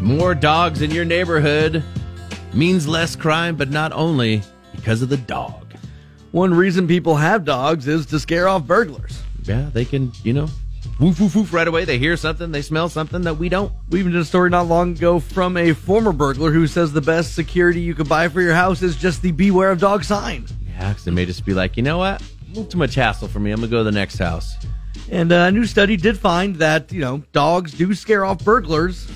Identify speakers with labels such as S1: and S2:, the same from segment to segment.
S1: More dogs in your neighborhood means less crime, but not only because of the dog.
S2: One reason people have dogs is to scare off burglars.
S1: Yeah, they can, you know, woof, woof, woof right away. They hear something, they smell something that we don't.
S2: We even did a story not long ago from a former burglar who says the best security you could buy for your house is just the beware of dog sign.
S1: Yeah, 'cause they may just be like, you know what? A little too much hassle for me. I'm going to go to the next house.
S2: And uh, a new study did find that, you know, dogs do scare off burglars,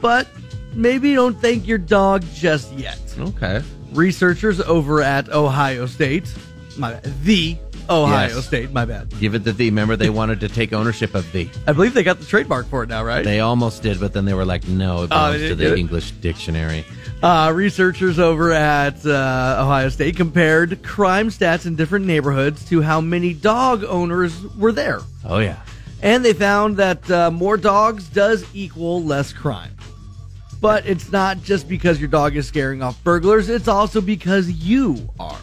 S2: but maybe don't thank your dog just yet.
S1: Okay.
S2: Researchers over at Ohio State, my bad, the Ohio
S1: Yes.
S2: State, my bad.
S1: Give it the thee. Remember, they wanted to take ownership of thee.
S2: I believe they got the trademark for it now, right?
S1: They almost did, but then they were like, no, it belongs to
S2: didn't get
S1: the
S2: it?
S1: English dictionary.
S2: Uh, researchers over at uh, Ohio State compared crime stats in different neighborhoods to how many dog owners were there.
S1: Oh, yeah.
S2: And they found that uh, more dogs does equal less crime. But it's not just because your dog is scaring off burglars, it's also because you are.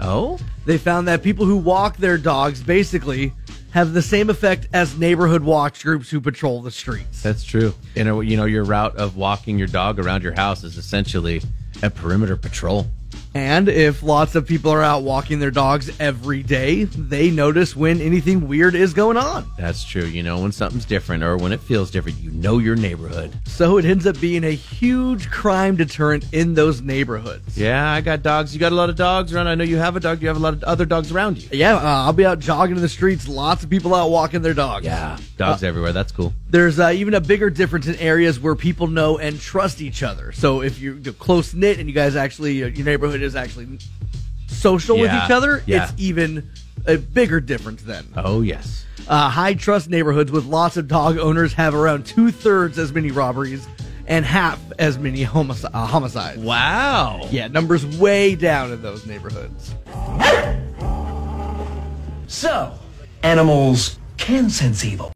S1: Oh?
S2: They found that people who walk their dogs basically have the same effect as neighborhood watch groups who patrol the streets.
S1: That's true. You know, you know, your route of walking your dog around your house is essentially a perimeter patrol.
S2: And if lots of people are out walking their dogs every day, they notice when anything weird is going on.
S1: That's true. You know, when something's different or when it feels different, you know your neighborhood.
S2: So it ends up being a huge crime deterrent in those neighborhoods.
S1: Yeah, I got dogs. You got a lot of dogs around. I know you have a dog. You have a lot of other dogs around you.
S2: Yeah, uh, I'll be out jogging in the streets. Lots of people out walking their dogs. Uh,
S1: Yeah, dogs everywhere. That's cool.
S2: There's uh, even a bigger difference in areas where people know and trust each other. So if you're close knit and you guys actually, uh, your neighborhood is actually social with
S1: Yeah,
S2: each other,
S1: yeah.
S2: it's even a bigger difference then.
S1: Oh yes.
S2: Uh, high trust neighborhoods with lots of dog owners have around two thirds as many robberies and half as many homic- uh, homicides.
S1: Wow.
S2: Yeah, numbers way down in those neighborhoods.
S3: So, animals can sense evil.